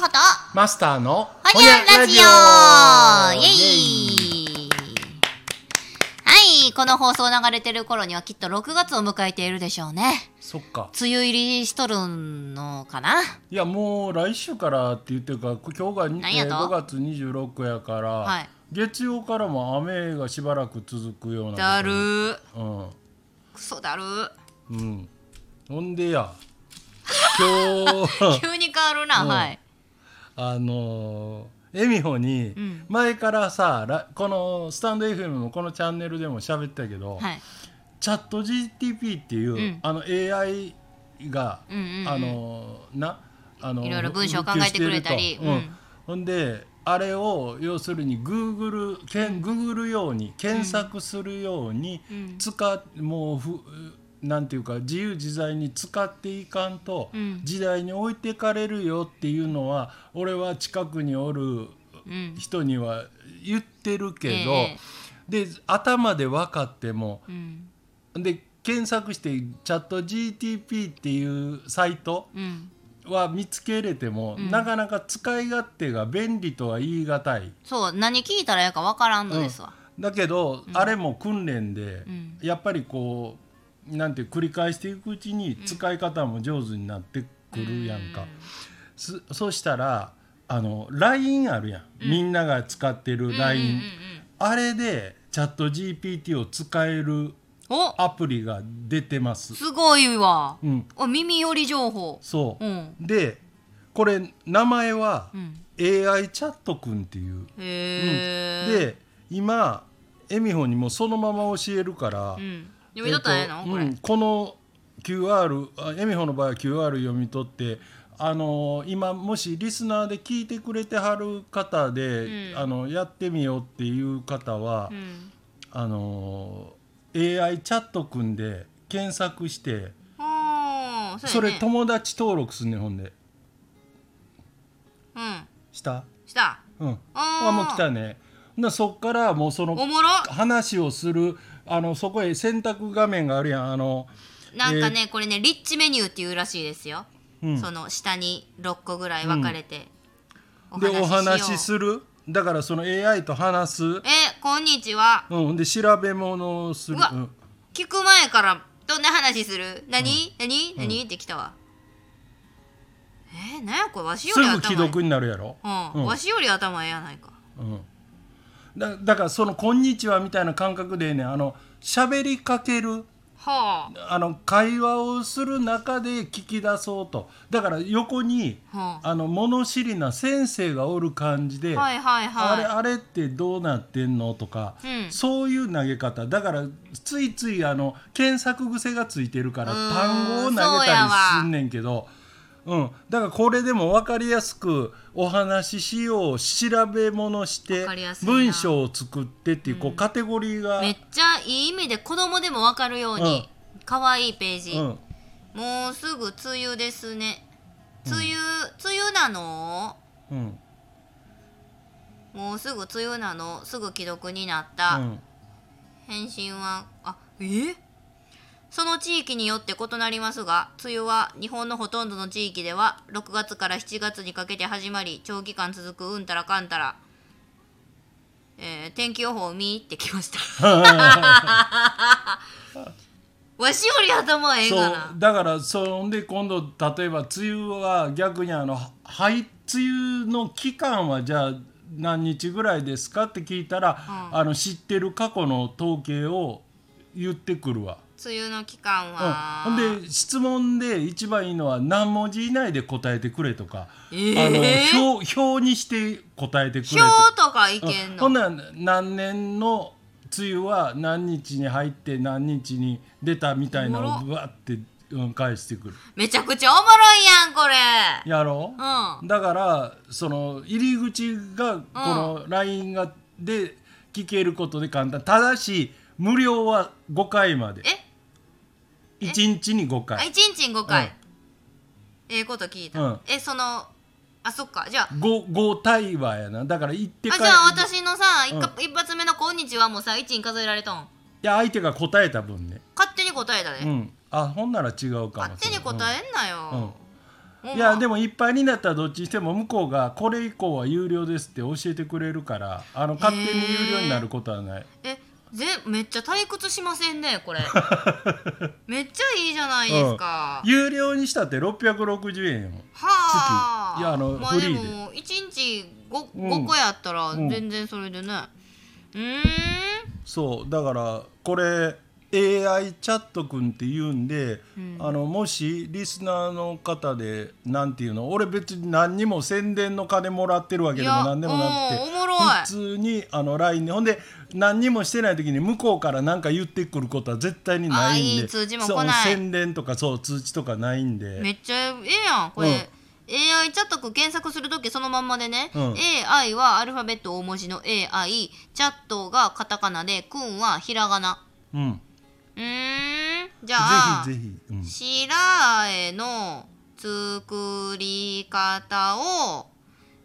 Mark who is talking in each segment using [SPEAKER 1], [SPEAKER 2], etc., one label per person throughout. [SPEAKER 1] ほと
[SPEAKER 2] マスターの
[SPEAKER 1] ほにゃラジオイエイはい、この放送流れてる頃にはきっと6月を迎えているでしょうね。
[SPEAKER 2] そっか
[SPEAKER 1] 梅雨入りしとるのかない
[SPEAKER 2] やもう来週からって言ってるから今日がに
[SPEAKER 1] なん
[SPEAKER 2] え
[SPEAKER 1] や
[SPEAKER 2] ー
[SPEAKER 1] と
[SPEAKER 2] 5月26やから、
[SPEAKER 1] はい
[SPEAKER 2] 月曜からも雨がしばらく続くような
[SPEAKER 1] だるー。
[SPEAKER 2] うん
[SPEAKER 1] クソだる
[SPEAKER 2] うんほんでや今日
[SPEAKER 1] ー。急に変わるな、
[SPEAKER 2] うん
[SPEAKER 1] はい。
[SPEAKER 2] あのー、エミホに
[SPEAKER 1] うん
[SPEAKER 2] 前からさ、らこのスタンド FM もこのチャンネルでも喋ったけど、
[SPEAKER 1] はい。
[SPEAKER 2] チャット GTP っていう、
[SPEAKER 1] ん
[SPEAKER 2] あの AI が、
[SPEAKER 1] うんうんうん
[SPEAKER 2] あのーなあのー
[SPEAKER 1] いろいろ文章を考えてくれたり
[SPEAKER 2] 普及してるとうん
[SPEAKER 1] うん
[SPEAKER 2] ほんであれを要するに Google けん Google ように検索するように
[SPEAKER 1] うん
[SPEAKER 2] 使、もうふなんていうか自由自在に使っていかんと、
[SPEAKER 1] うん
[SPEAKER 2] 時代に置いてかれるよっていうのは俺は近くにおる
[SPEAKER 1] うん。
[SPEAKER 2] 人には言ってるけど、
[SPEAKER 1] え
[SPEAKER 2] で頭で分かっても、
[SPEAKER 1] うん。
[SPEAKER 2] で検索してチャット GTP っていうサイト
[SPEAKER 1] うん。
[SPEAKER 2] は見つけれても、
[SPEAKER 1] うん
[SPEAKER 2] なかなか使い勝手が便利とは言い難い
[SPEAKER 1] そう、何聞いたらやかわからんのですわ。
[SPEAKER 2] だけど、あれも訓練で、
[SPEAKER 1] うん
[SPEAKER 2] やっぱりこうなんていう繰り返していくうちに使い方も上手になってくるやんか、すそしたらあの LINE あるやん、みんなが使ってる LINE、
[SPEAKER 1] うんうん
[SPEAKER 2] あれでチャット GPT を使える
[SPEAKER 1] うん。お
[SPEAKER 2] アプリが出てます。
[SPEAKER 1] すごいわ。
[SPEAKER 2] うん、
[SPEAKER 1] お耳寄り情報。
[SPEAKER 2] そう、
[SPEAKER 1] うん
[SPEAKER 2] でこれ名前は
[SPEAKER 1] うん。
[SPEAKER 2] AI チャットくんっていう、
[SPEAKER 1] へえ。
[SPEAKER 2] で今エミホにもそのまま教えるから、
[SPEAKER 1] うん。読み取ったらええ
[SPEAKER 2] え
[SPEAKER 1] の
[SPEAKER 2] っと
[SPEAKER 1] これ。
[SPEAKER 2] うんこの QR あエミホの場合は QR 読み取ってあのー今もしリスナーで聞いてくれてはる方で、
[SPEAKER 1] うん
[SPEAKER 2] あのやってみようっていう方は、
[SPEAKER 1] うん。
[SPEAKER 2] あのー AI チャットくんで検索して
[SPEAKER 1] ああ、
[SPEAKER 2] そ
[SPEAKER 1] そうや
[SPEAKER 2] れ
[SPEAKER 1] ね
[SPEAKER 2] 友達登録すんねんほんで
[SPEAKER 1] うん。
[SPEAKER 2] した
[SPEAKER 1] した。
[SPEAKER 2] うん
[SPEAKER 1] あー
[SPEAKER 2] あもう来たねなそっからもうそ
[SPEAKER 1] お
[SPEAKER 2] の
[SPEAKER 1] もろ。
[SPEAKER 2] 話をするあのそこへ選択画面があるやんあの
[SPEAKER 1] なんかね、これね、リッチメニューっていうらしいですよ。
[SPEAKER 2] うん
[SPEAKER 1] その下に六個ぐらい分かれて。
[SPEAKER 2] でお話
[SPEAKER 1] しよ
[SPEAKER 2] し
[SPEAKER 1] う
[SPEAKER 2] するだからその AI と話す、う
[SPEAKER 1] え、こんにちは。
[SPEAKER 2] ん、で調べ物をする
[SPEAKER 1] うわ
[SPEAKER 2] うん
[SPEAKER 1] 聞く前からどんな話する何何何って来たわ。えー、なんやこれわしよ
[SPEAKER 2] す
[SPEAKER 1] り
[SPEAKER 2] ぐ
[SPEAKER 1] 頭
[SPEAKER 2] 既
[SPEAKER 1] いい
[SPEAKER 2] 読になるやろ、
[SPEAKER 1] うん、わしより頭ええやないか。
[SPEAKER 2] うん、だだからその「こんにちは」みたいな感覚でねあの喋りかける
[SPEAKER 1] は
[SPEAKER 2] あの会話をする中で聞き出そうとだから横に
[SPEAKER 1] あ。は
[SPEAKER 2] あの物知りな先生がおる感じで、
[SPEAKER 1] あ。はいはい
[SPEAKER 2] あれ
[SPEAKER 1] は
[SPEAKER 2] あれってどうなってんのとか、
[SPEAKER 1] うん
[SPEAKER 2] そういう投げ方だからついついあの検索癖がついてるから
[SPEAKER 1] うーん
[SPEAKER 2] 単語を投げ
[SPEAKER 1] そう
[SPEAKER 2] た
[SPEAKER 1] や
[SPEAKER 2] り
[SPEAKER 1] わ
[SPEAKER 2] すんねんけどう、ん、だからこれでも分かりやすくお話ししよう調べ物して
[SPEAKER 1] わかりやすいな
[SPEAKER 2] 文章を作ってっていうこうカテゴリーが、
[SPEAKER 1] い。めっちゃいい意味で子供でもわかるように、可愛いページ。
[SPEAKER 2] うん
[SPEAKER 1] もうすぐ梅雨ですね。梅雨、梅雨なの
[SPEAKER 2] うん
[SPEAKER 1] もうすぐ梅雨なのすぐ既読になっ
[SPEAKER 2] う
[SPEAKER 1] た。
[SPEAKER 2] ん、
[SPEAKER 1] 返信はあえその地域によって異なりますが梅雨は日本のほとんどの地域では6月から7月にかけて始まり長期間続くうんたらかんたら、えー天気予報を見入ってきました わしより頭ええ
[SPEAKER 2] そ
[SPEAKER 1] が
[SPEAKER 2] う
[SPEAKER 1] な
[SPEAKER 2] だからそんで今度例えば梅雨は逆にあのははい梅雨の期間はじゃあ何日ぐらいですかって聞いたら、あの知ってる過去の統計を言ってくるわ。
[SPEAKER 1] 梅雨の期間
[SPEAKER 2] うん
[SPEAKER 1] は、
[SPEAKER 2] ほんで質問で一番いいのは何文字以内で答えてくれとか、
[SPEAKER 1] え
[SPEAKER 2] あ
[SPEAKER 1] ー、
[SPEAKER 2] の表表にして答えてくれとか
[SPEAKER 1] 表とかいけん
[SPEAKER 2] ほ
[SPEAKER 1] の、
[SPEAKER 2] んなら何年の梅雨は何日に入って何日に出たみたいなの
[SPEAKER 1] お
[SPEAKER 2] をぶわって、うん、返してくる
[SPEAKER 1] めちゃくちゃおもろいやんこれ
[SPEAKER 2] やろ
[SPEAKER 1] う、ん
[SPEAKER 2] だからその入り口がこの LINE がで聞けることで簡単ただし無料は5回まで
[SPEAKER 1] え
[SPEAKER 2] 1日に5
[SPEAKER 1] あ、
[SPEAKER 2] 回
[SPEAKER 1] 一日に5回、ええこと聞いた、
[SPEAKER 2] うん
[SPEAKER 1] えそのあそっかじゃあ
[SPEAKER 2] 5, 5対話やなだから行って
[SPEAKER 1] あじ
[SPEAKER 2] か
[SPEAKER 1] ゃ
[SPEAKER 2] ら
[SPEAKER 1] あ
[SPEAKER 2] い
[SPEAKER 1] 私のさ、一か一発目の「こんにちは」もさ1に数えられとん
[SPEAKER 2] や相手が答えた分ね
[SPEAKER 1] 勝手に答えたで、
[SPEAKER 2] うんあほんなら違うかも
[SPEAKER 1] 勝手に答えんなよ、
[SPEAKER 2] うん
[SPEAKER 1] ほんま
[SPEAKER 2] いやでもいっぱいになったらどっちにしても向こうがこれ以降は有料ですって教えてくれるからあの勝手に有料になることはない
[SPEAKER 1] えぜめっちゃ退屈しませんねこ れめっちゃいいじゃないですか、
[SPEAKER 2] 有料にしたって660円やもん
[SPEAKER 1] はあ
[SPEAKER 2] 月いやあの
[SPEAKER 1] まあ、
[SPEAKER 2] フリーで
[SPEAKER 1] でも1日 5,
[SPEAKER 2] うん
[SPEAKER 1] 5個やったら
[SPEAKER 2] ん
[SPEAKER 1] 全然それでねうーん
[SPEAKER 2] そうだからこれ AI チャット君って言うんで、あのもしリスナーの方でなんていうの俺別に何にも宣伝の金もらってるわけでも
[SPEAKER 1] いや
[SPEAKER 2] 何でもなくて
[SPEAKER 1] うんおもろい
[SPEAKER 2] 普通にあの LINE でほんで何にもしてない時に向こうから何か言ってくることは絶対にないん
[SPEAKER 1] あーい
[SPEAKER 2] で
[SPEAKER 1] い通知も来
[SPEAKER 2] そ
[SPEAKER 1] な
[SPEAKER 2] う
[SPEAKER 1] い
[SPEAKER 2] 宣伝とかそう通知とかないんで。
[SPEAKER 1] めっちゃええやんこれ、AI チャット君検索するときそのまんまでね、
[SPEAKER 2] うん
[SPEAKER 1] AI はアルファベット大文字の AI チャットがカタカナで君はひらがな
[SPEAKER 2] うん、ぜ
[SPEAKER 1] うーんじゃあ
[SPEAKER 2] ひぜひ、うん
[SPEAKER 1] 白あえの作り方を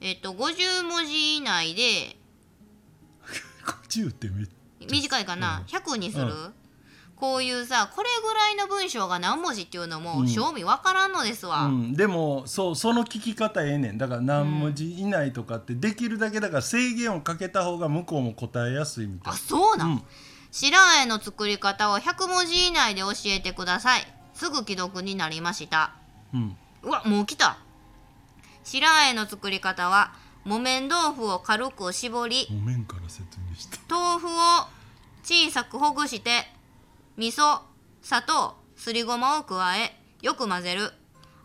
[SPEAKER 1] えっと50文字以内で
[SPEAKER 2] 50ってめっ
[SPEAKER 1] 短いかな、100にする、こういうさこれぐらいの文章が何文字っていうのも正味わからんのですわ、
[SPEAKER 2] うん、でもそうその聞き方ええねんだから何文字以内とかってできるだけだから制限をかけた方が向こうも答えやすいみたい
[SPEAKER 1] あそうなん、
[SPEAKER 2] うん
[SPEAKER 1] 白あえの作り方を100文字以内で教えてくださいすぐ既読になりました
[SPEAKER 2] な、うん、
[SPEAKER 1] うわもう来た白あえの作り方は木綿豆腐を軽く絞り
[SPEAKER 2] ごめんから説明して
[SPEAKER 1] 豆腐を小さくほぐして味噌砂糖すりごまを加えよく混ぜる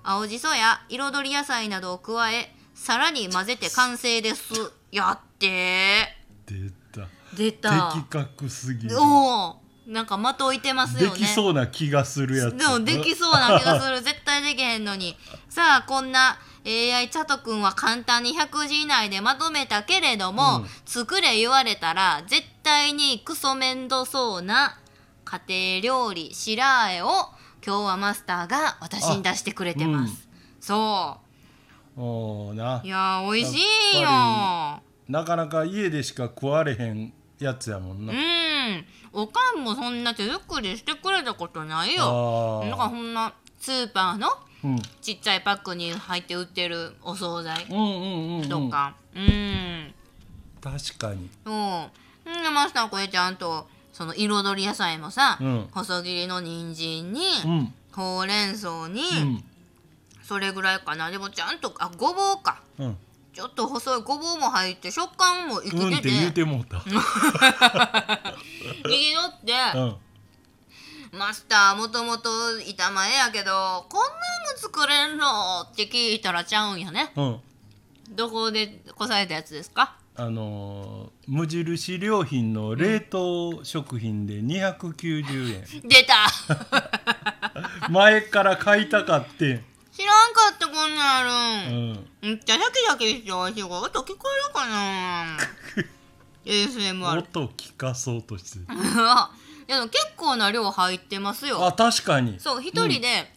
[SPEAKER 1] 青じそや彩り野菜などを加えさらに混ぜて完成ですやって
[SPEAKER 2] 出た
[SPEAKER 1] ー出た
[SPEAKER 2] 的確すぎる
[SPEAKER 1] おおなんかまといてます
[SPEAKER 2] で
[SPEAKER 1] よね
[SPEAKER 2] きそうな気がするやつ
[SPEAKER 1] でもできそうな気がする絶対できへんのにさあこんな AI チャト君は簡単に100字以内でまとめたけれども、
[SPEAKER 2] うん
[SPEAKER 1] 作れ言われたら絶対にクソ面倒そうな家庭料理白あえを今日はマスターが私に出してくれてます、そ
[SPEAKER 2] おー
[SPEAKER 1] う
[SPEAKER 2] な
[SPEAKER 1] いやー美味しいよ
[SPEAKER 2] やなかなか家でしか食われへんやつやもんな
[SPEAKER 1] うんおかんもそんな手作りしてくれたことないよ
[SPEAKER 2] あ
[SPEAKER 1] なんか
[SPEAKER 2] ー
[SPEAKER 1] ほんなスーパーの
[SPEAKER 2] うん
[SPEAKER 1] ちっちゃいパックに入って売ってるお惣菜
[SPEAKER 2] うんうんうんう
[SPEAKER 1] と
[SPEAKER 2] ん
[SPEAKER 1] かうん
[SPEAKER 2] 確かに
[SPEAKER 1] そううんマスターこれちゃんとその彩り野菜もさ、
[SPEAKER 2] うん
[SPEAKER 1] 細切りの人参に、
[SPEAKER 2] うん
[SPEAKER 1] ほうれん草に、
[SPEAKER 2] うん
[SPEAKER 1] それぐらいかなでもちゃんとあごぼうか
[SPEAKER 2] うん
[SPEAKER 1] ちょっと細いごぼうも入って食感も生
[SPEAKER 2] うん
[SPEAKER 1] き
[SPEAKER 2] っ
[SPEAKER 1] てて
[SPEAKER 2] て言うてもうた
[SPEAKER 1] 生きとって、
[SPEAKER 2] うん
[SPEAKER 1] マスターもともと板前やけどこんなんも作れんのって聞いたらちゃうんやね
[SPEAKER 2] うん
[SPEAKER 1] どこでこされたやつですか
[SPEAKER 2] あのー無印良品の冷凍食品で290円、
[SPEAKER 1] 出た
[SPEAKER 2] 前から買いたかってん、
[SPEAKER 1] 知らんかったこんなんあ
[SPEAKER 2] う
[SPEAKER 1] るん
[SPEAKER 2] ん、
[SPEAKER 1] めっちゃシャキシャキして美味しい音聞こえるか な ?ASMR
[SPEAKER 2] 音聞かそうとしてる
[SPEAKER 1] い やでも結構な量入ってますよ
[SPEAKER 2] あ確かに
[SPEAKER 1] そう一人で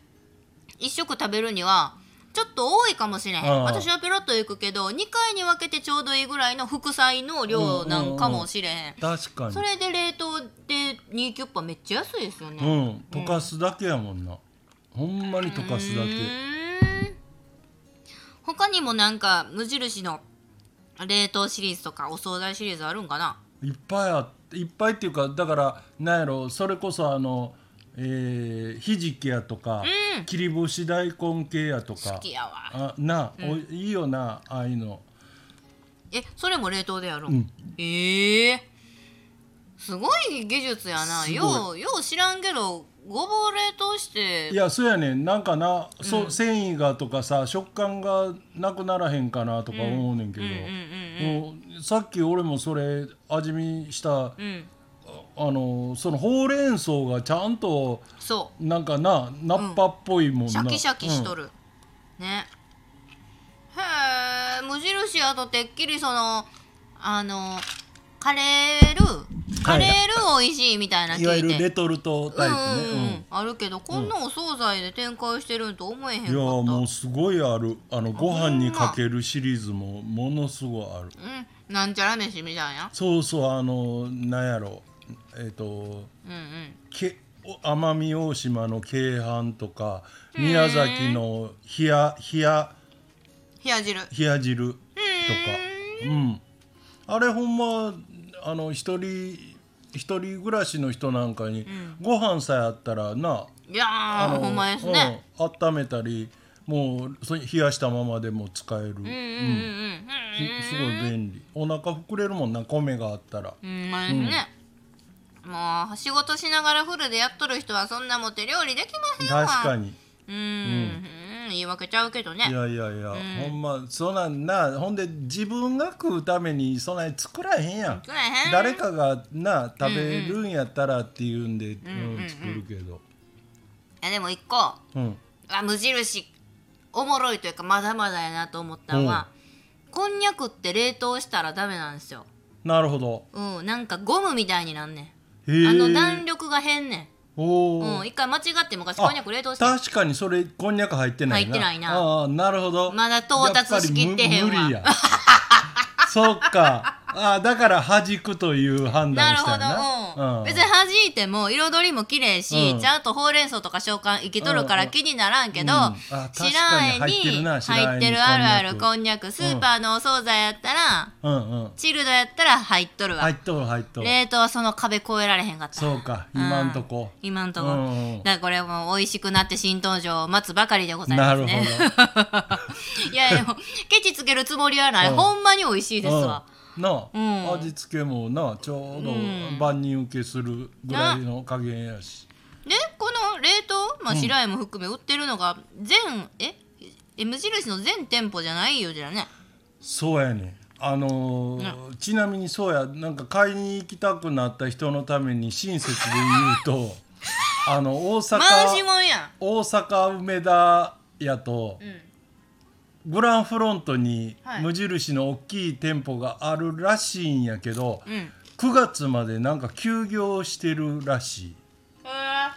[SPEAKER 1] 一食食べるにはちょっと多いかもしれへん
[SPEAKER 2] ああ
[SPEAKER 1] 私はペロッといくけど2回に分けてちょうどいいぐらいの副菜の量なんかもしれへん,、
[SPEAKER 2] 確かに
[SPEAKER 1] それで冷凍で2キュッパめっちゃ安いですよね
[SPEAKER 2] う、ん溶かすだけやもんなほんまに溶かすだ
[SPEAKER 1] う
[SPEAKER 2] け
[SPEAKER 1] ーん他にもなんか無印の冷凍シリーズとかお惣菜シリーズあるんかない
[SPEAKER 2] っぱいあっていっぱいっていうかだからなんやろそれこそあのえーひじきやとか、切り干し大根系やと
[SPEAKER 1] 好
[SPEAKER 2] か
[SPEAKER 1] きやわ
[SPEAKER 2] あなあ、おいいよなああいうの
[SPEAKER 1] えそれも冷凍でやるん、
[SPEAKER 2] うん
[SPEAKER 1] ええすごい技術やな
[SPEAKER 2] すごい
[SPEAKER 1] ようよう知らんけどごぼう冷凍して
[SPEAKER 2] いやそうやねんなんかな、そう繊維がとかさ食感がなくならへんかなとか思うねんけど、
[SPEAKER 1] うんうん
[SPEAKER 2] もうさっき俺もそれ味見した、
[SPEAKER 1] うんうん
[SPEAKER 2] あのそのほうれん草がちゃんと
[SPEAKER 1] そ
[SPEAKER 2] なんかなナッパっぽいもん
[SPEAKER 1] うシ
[SPEAKER 2] な、
[SPEAKER 1] ャキシャキしと
[SPEAKER 2] る、
[SPEAKER 1] る、ねへえ無印やとてっきりそのあのカレールーカレールー美味しいみたいな聞い
[SPEAKER 2] い
[SPEAKER 1] て、
[SPEAKER 2] わゆるレトルトタイプ
[SPEAKER 1] うんうんうん
[SPEAKER 2] ね、
[SPEAKER 1] あるけどこんなお惣菜で展開してるんと思えへんかっ
[SPEAKER 2] うん
[SPEAKER 1] た、
[SPEAKER 2] いやーもうすごいあるあのご飯に
[SPEAKER 1] ほんま
[SPEAKER 2] かけるシリーズもものすごいある
[SPEAKER 1] うん、なんちゃら飯みたいな。
[SPEAKER 2] そうそうあのなんやろえっ、と
[SPEAKER 1] うんうん。
[SPEAKER 2] けお奄美大島の京阪とか宮崎の冷や冷や
[SPEAKER 1] 冷や汁
[SPEAKER 2] 冷や汁とかうんあれほんまあの一人一人暮らしの人なんかにご飯さえあったらな、
[SPEAKER 1] いや
[SPEAKER 2] あ
[SPEAKER 1] ー
[SPEAKER 2] の
[SPEAKER 1] ほんまですね、
[SPEAKER 2] うん温めたりもうそれ冷やしたままでも使える、
[SPEAKER 1] うん、うんうん
[SPEAKER 2] ひすごい便利お腹膨れるもんな米があったら
[SPEAKER 1] うんうんまあですね、もう仕事しながらフルでやっとる人はそんなもんって料理できませんわ
[SPEAKER 2] 確かに
[SPEAKER 1] うーん、うん、言い訳ちゃうけどね
[SPEAKER 2] いやいやいや、ほんまそんなんなほんで自分が食うためにそんなに作らへんやん
[SPEAKER 1] 食えへん
[SPEAKER 2] 誰かがな食べるんやったらっていうんで、うん作るけど
[SPEAKER 1] いやでも一個あ
[SPEAKER 2] うん
[SPEAKER 1] 無印おもろいというかまだまだやなと思ったのは、こんにゃくって冷凍したらダメなんですよ
[SPEAKER 2] なるほど
[SPEAKER 1] うんなんかゴムみたいになんね
[SPEAKER 2] へ
[SPEAKER 1] ん
[SPEAKER 2] え
[SPEAKER 1] あの弾力が変ね
[SPEAKER 2] お
[SPEAKER 1] ん
[SPEAKER 2] ー
[SPEAKER 1] うん一回間違って昔
[SPEAKER 2] あ
[SPEAKER 1] こんにゃく冷凍して
[SPEAKER 2] 確かにそれこんにゃく入ってない
[SPEAKER 1] 入
[SPEAKER 2] な
[SPEAKER 1] ってないな
[SPEAKER 2] ああなるほど
[SPEAKER 1] まだ到達しきってへんわ
[SPEAKER 2] やっぱりむ無理やそっかああだから弾くという判
[SPEAKER 1] な
[SPEAKER 2] 断
[SPEAKER 1] る
[SPEAKER 2] し
[SPEAKER 1] ほ
[SPEAKER 2] たよな
[SPEAKER 1] ど、うん、別に
[SPEAKER 2] うん
[SPEAKER 1] 弾いても彩りも綺麗し、
[SPEAKER 2] うん
[SPEAKER 1] ちゃんとほうれん草とか召喚生きとるから気にならんけど、
[SPEAKER 2] うんあ
[SPEAKER 1] 知らん
[SPEAKER 2] 確かに入ってるな知らん
[SPEAKER 1] 入ってるあるある
[SPEAKER 2] こ
[SPEAKER 1] こんにゃくスーパーのお惣菜やったら、
[SPEAKER 2] うんうん
[SPEAKER 1] チルドやったら入っとるわ、
[SPEAKER 2] 入っとる入っとる
[SPEAKER 1] 冷凍はその壁越えられへんかった
[SPEAKER 2] そうか今んとこ
[SPEAKER 1] 今んとこ、
[SPEAKER 2] うんうん
[SPEAKER 1] だからこれもう美味しくなって新登場を待つばかりでござい
[SPEAKER 2] な
[SPEAKER 1] ます
[SPEAKER 2] るほ
[SPEAKER 1] ね
[SPEAKER 2] ど
[SPEAKER 1] いやでもケチつけるつもりはない、
[SPEAKER 2] うん
[SPEAKER 1] ほんまに美味しいですわ、
[SPEAKER 2] うんなあ
[SPEAKER 1] うん
[SPEAKER 2] 味付けもなちょうど
[SPEAKER 1] うん
[SPEAKER 2] 万人受けするぐらいの加減やし
[SPEAKER 1] でこの冷凍、まあ、白井も含め売ってるのが全、ええ無印の全店舗じゃないようじゃね
[SPEAKER 2] そうやねあのーちなみにそうやなんか買いに行きたくなった人のために親切で言 うとあの大阪
[SPEAKER 1] 回しもんやん
[SPEAKER 2] 大阪梅田やと、グランフロントに
[SPEAKER 1] はい
[SPEAKER 2] 無印の大きい店舗があるらしいんやけど、
[SPEAKER 1] うんへ
[SPEAKER 2] 9月までなんか休業してるらしい。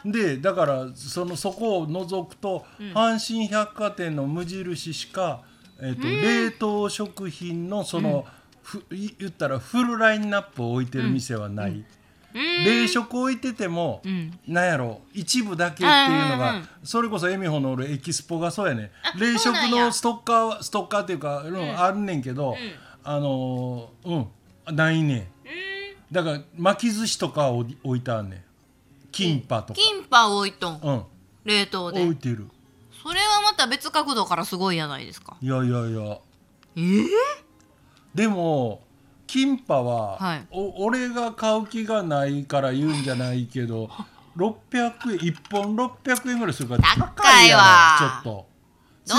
[SPEAKER 1] え
[SPEAKER 2] でだからそのそこを除くと、阪神百貨店の無印しか、えっと冷凍食品のその、ふい言ったらフルラインナップを置いてる店はない、
[SPEAKER 1] うん
[SPEAKER 2] 冷食置いてても、
[SPEAKER 1] ん
[SPEAKER 2] なんやろ一部だけっていうのが、
[SPEAKER 1] うんうんうん
[SPEAKER 2] それこそエミホの俺エキスポがそうやね
[SPEAKER 1] あ
[SPEAKER 2] 冷
[SPEAKER 1] そう
[SPEAKER 2] 食
[SPEAKER 1] なんや
[SPEAKER 2] のストッカーはストッカーっていうか、うんあるねんけど、あのーうんないねんだから巻き寿司とかは置い置いてあんねんキンパとか。
[SPEAKER 1] キンパ置いとん
[SPEAKER 2] うん
[SPEAKER 1] 冷凍で
[SPEAKER 2] 置いてる
[SPEAKER 1] それはまた別角度からすごいじゃないですか
[SPEAKER 2] いやいやいや
[SPEAKER 1] ええ
[SPEAKER 2] でもキンパは、
[SPEAKER 1] はい
[SPEAKER 2] お俺が買う気がないから言うんじゃないけ ど600円1本600円ぐらいするから
[SPEAKER 1] 高いわ
[SPEAKER 2] 高いやろちょっと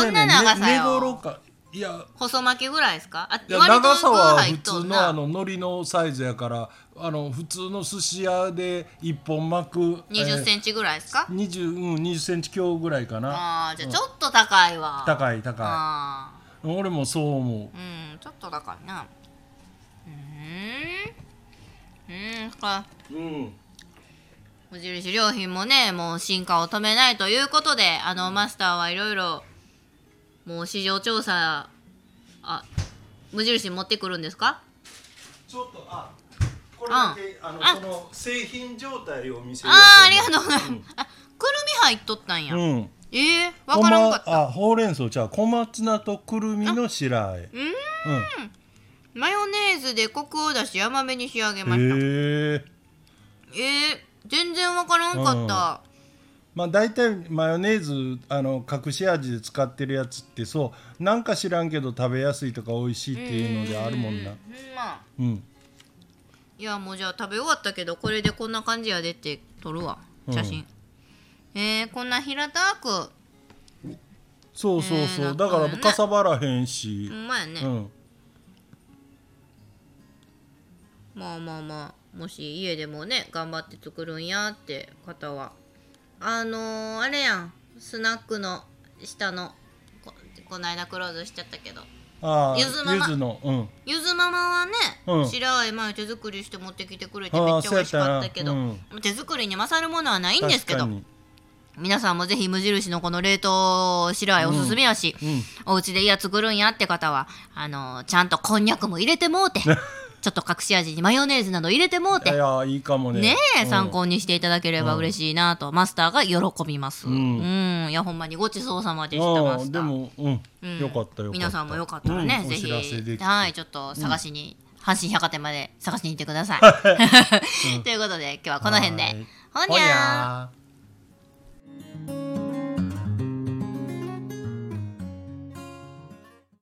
[SPEAKER 1] どんな長さよ
[SPEAKER 2] そうやねんね寝頃かいや
[SPEAKER 1] 細巻きぐらいですかあ
[SPEAKER 2] いや
[SPEAKER 1] 割と
[SPEAKER 2] 長さは普
[SPEAKER 1] 具入っと
[SPEAKER 2] 通
[SPEAKER 1] ん
[SPEAKER 2] の
[SPEAKER 1] な
[SPEAKER 2] あの海苔のサイズやからあの普通の寿司屋で1本巻く
[SPEAKER 1] 20セ
[SPEAKER 2] ンチ、
[SPEAKER 1] ンチぐらいですか、
[SPEAKER 2] えー20うん、20センチ強ぐらいかな
[SPEAKER 1] ああじゃあちょっと高いわ、い
[SPEAKER 2] 高い高
[SPEAKER 1] あ
[SPEAKER 2] い俺もそう思
[SPEAKER 1] ーうんちょっと高いなうーんうんか
[SPEAKER 2] ううん
[SPEAKER 1] 無印良品もねもう進化を止めないということであのマスターはいろいろもう市場調査あ無印持ってくるんですか
[SPEAKER 2] ちょっとあこれ
[SPEAKER 1] だ
[SPEAKER 2] だ
[SPEAKER 1] け
[SPEAKER 2] け、
[SPEAKER 1] あ
[SPEAKER 2] あ
[SPEAKER 1] の
[SPEAKER 2] の
[SPEAKER 1] あ
[SPEAKER 2] その製品状態を見せる
[SPEAKER 1] ああありがとうございます、あくるみ入っとったんや、
[SPEAKER 2] うん
[SPEAKER 1] ええわからんかった
[SPEAKER 2] あほうれん草じゃあ小松菜とくるみの白あえ
[SPEAKER 1] うん
[SPEAKER 2] うん
[SPEAKER 1] マヨネーズでコクを出し甘めに仕上げました
[SPEAKER 2] へえ
[SPEAKER 1] ええ全然わからんかった、
[SPEAKER 2] まあ大体マヨネーズあの隠し味で使ってるやつってそうなんか知らんけど食べやすいとか美味しいっていうのであるもんな
[SPEAKER 1] ほんま
[SPEAKER 2] うん
[SPEAKER 1] いやもうじゃあ食べ終わったけどこれでこんな感じやでって撮るわ
[SPEAKER 2] うん
[SPEAKER 1] 写真、えー、こんな平たく
[SPEAKER 2] そうそう
[SPEAKER 1] え
[SPEAKER 2] そ
[SPEAKER 1] ー
[SPEAKER 2] うだか
[SPEAKER 1] な
[SPEAKER 2] ら
[SPEAKER 1] んかね
[SPEAKER 2] かさばらへんし
[SPEAKER 1] ほんまやね、
[SPEAKER 2] うん
[SPEAKER 1] まあまあまあもし家でもね頑張って作るんやって方はあのー、あれやんスナックの下のここないだクローズしちゃったけど
[SPEAKER 2] ああ
[SPEAKER 1] ゆずママ
[SPEAKER 2] ゆずのうん
[SPEAKER 1] ゆずママはね、
[SPEAKER 2] うん
[SPEAKER 1] 白あえ前手作りして持ってきてくれて
[SPEAKER 2] あー
[SPEAKER 1] めっちゃ美味しかったけど
[SPEAKER 2] そうやった
[SPEAKER 1] 手作りに勝るものはないんですけど
[SPEAKER 2] 確か
[SPEAKER 1] 皆さんもぜひ無印のこの冷凍白あえおすすめやし、
[SPEAKER 2] にうん
[SPEAKER 1] お家でいや作るんやって方はあのちゃんとこんにゃくも入れてもうてちょっと隠し味にマヨネーズなど入れてもうて
[SPEAKER 2] いやいいかもね
[SPEAKER 1] ねえ、
[SPEAKER 2] うん
[SPEAKER 1] 参考にしていただければ嬉しいなと、マスターが喜びます。うんん、いや、ほんまにごちそうさまでした、マ
[SPEAKER 2] あー
[SPEAKER 1] スタ
[SPEAKER 2] で
[SPEAKER 1] ー。
[SPEAKER 2] も、うん
[SPEAKER 1] うん
[SPEAKER 2] よかったよかった
[SPEAKER 1] 皆さんもよかったらね、
[SPEAKER 2] うん
[SPEAKER 1] ぜ
[SPEAKER 2] お知らせで
[SPEAKER 1] ひ
[SPEAKER 2] きて
[SPEAKER 1] はいちょっと探しに、阪神百貨 店まで探しに行ってください。ということで今日はこの辺で、
[SPEAKER 2] はい
[SPEAKER 1] ほにゃー
[SPEAKER 2] ー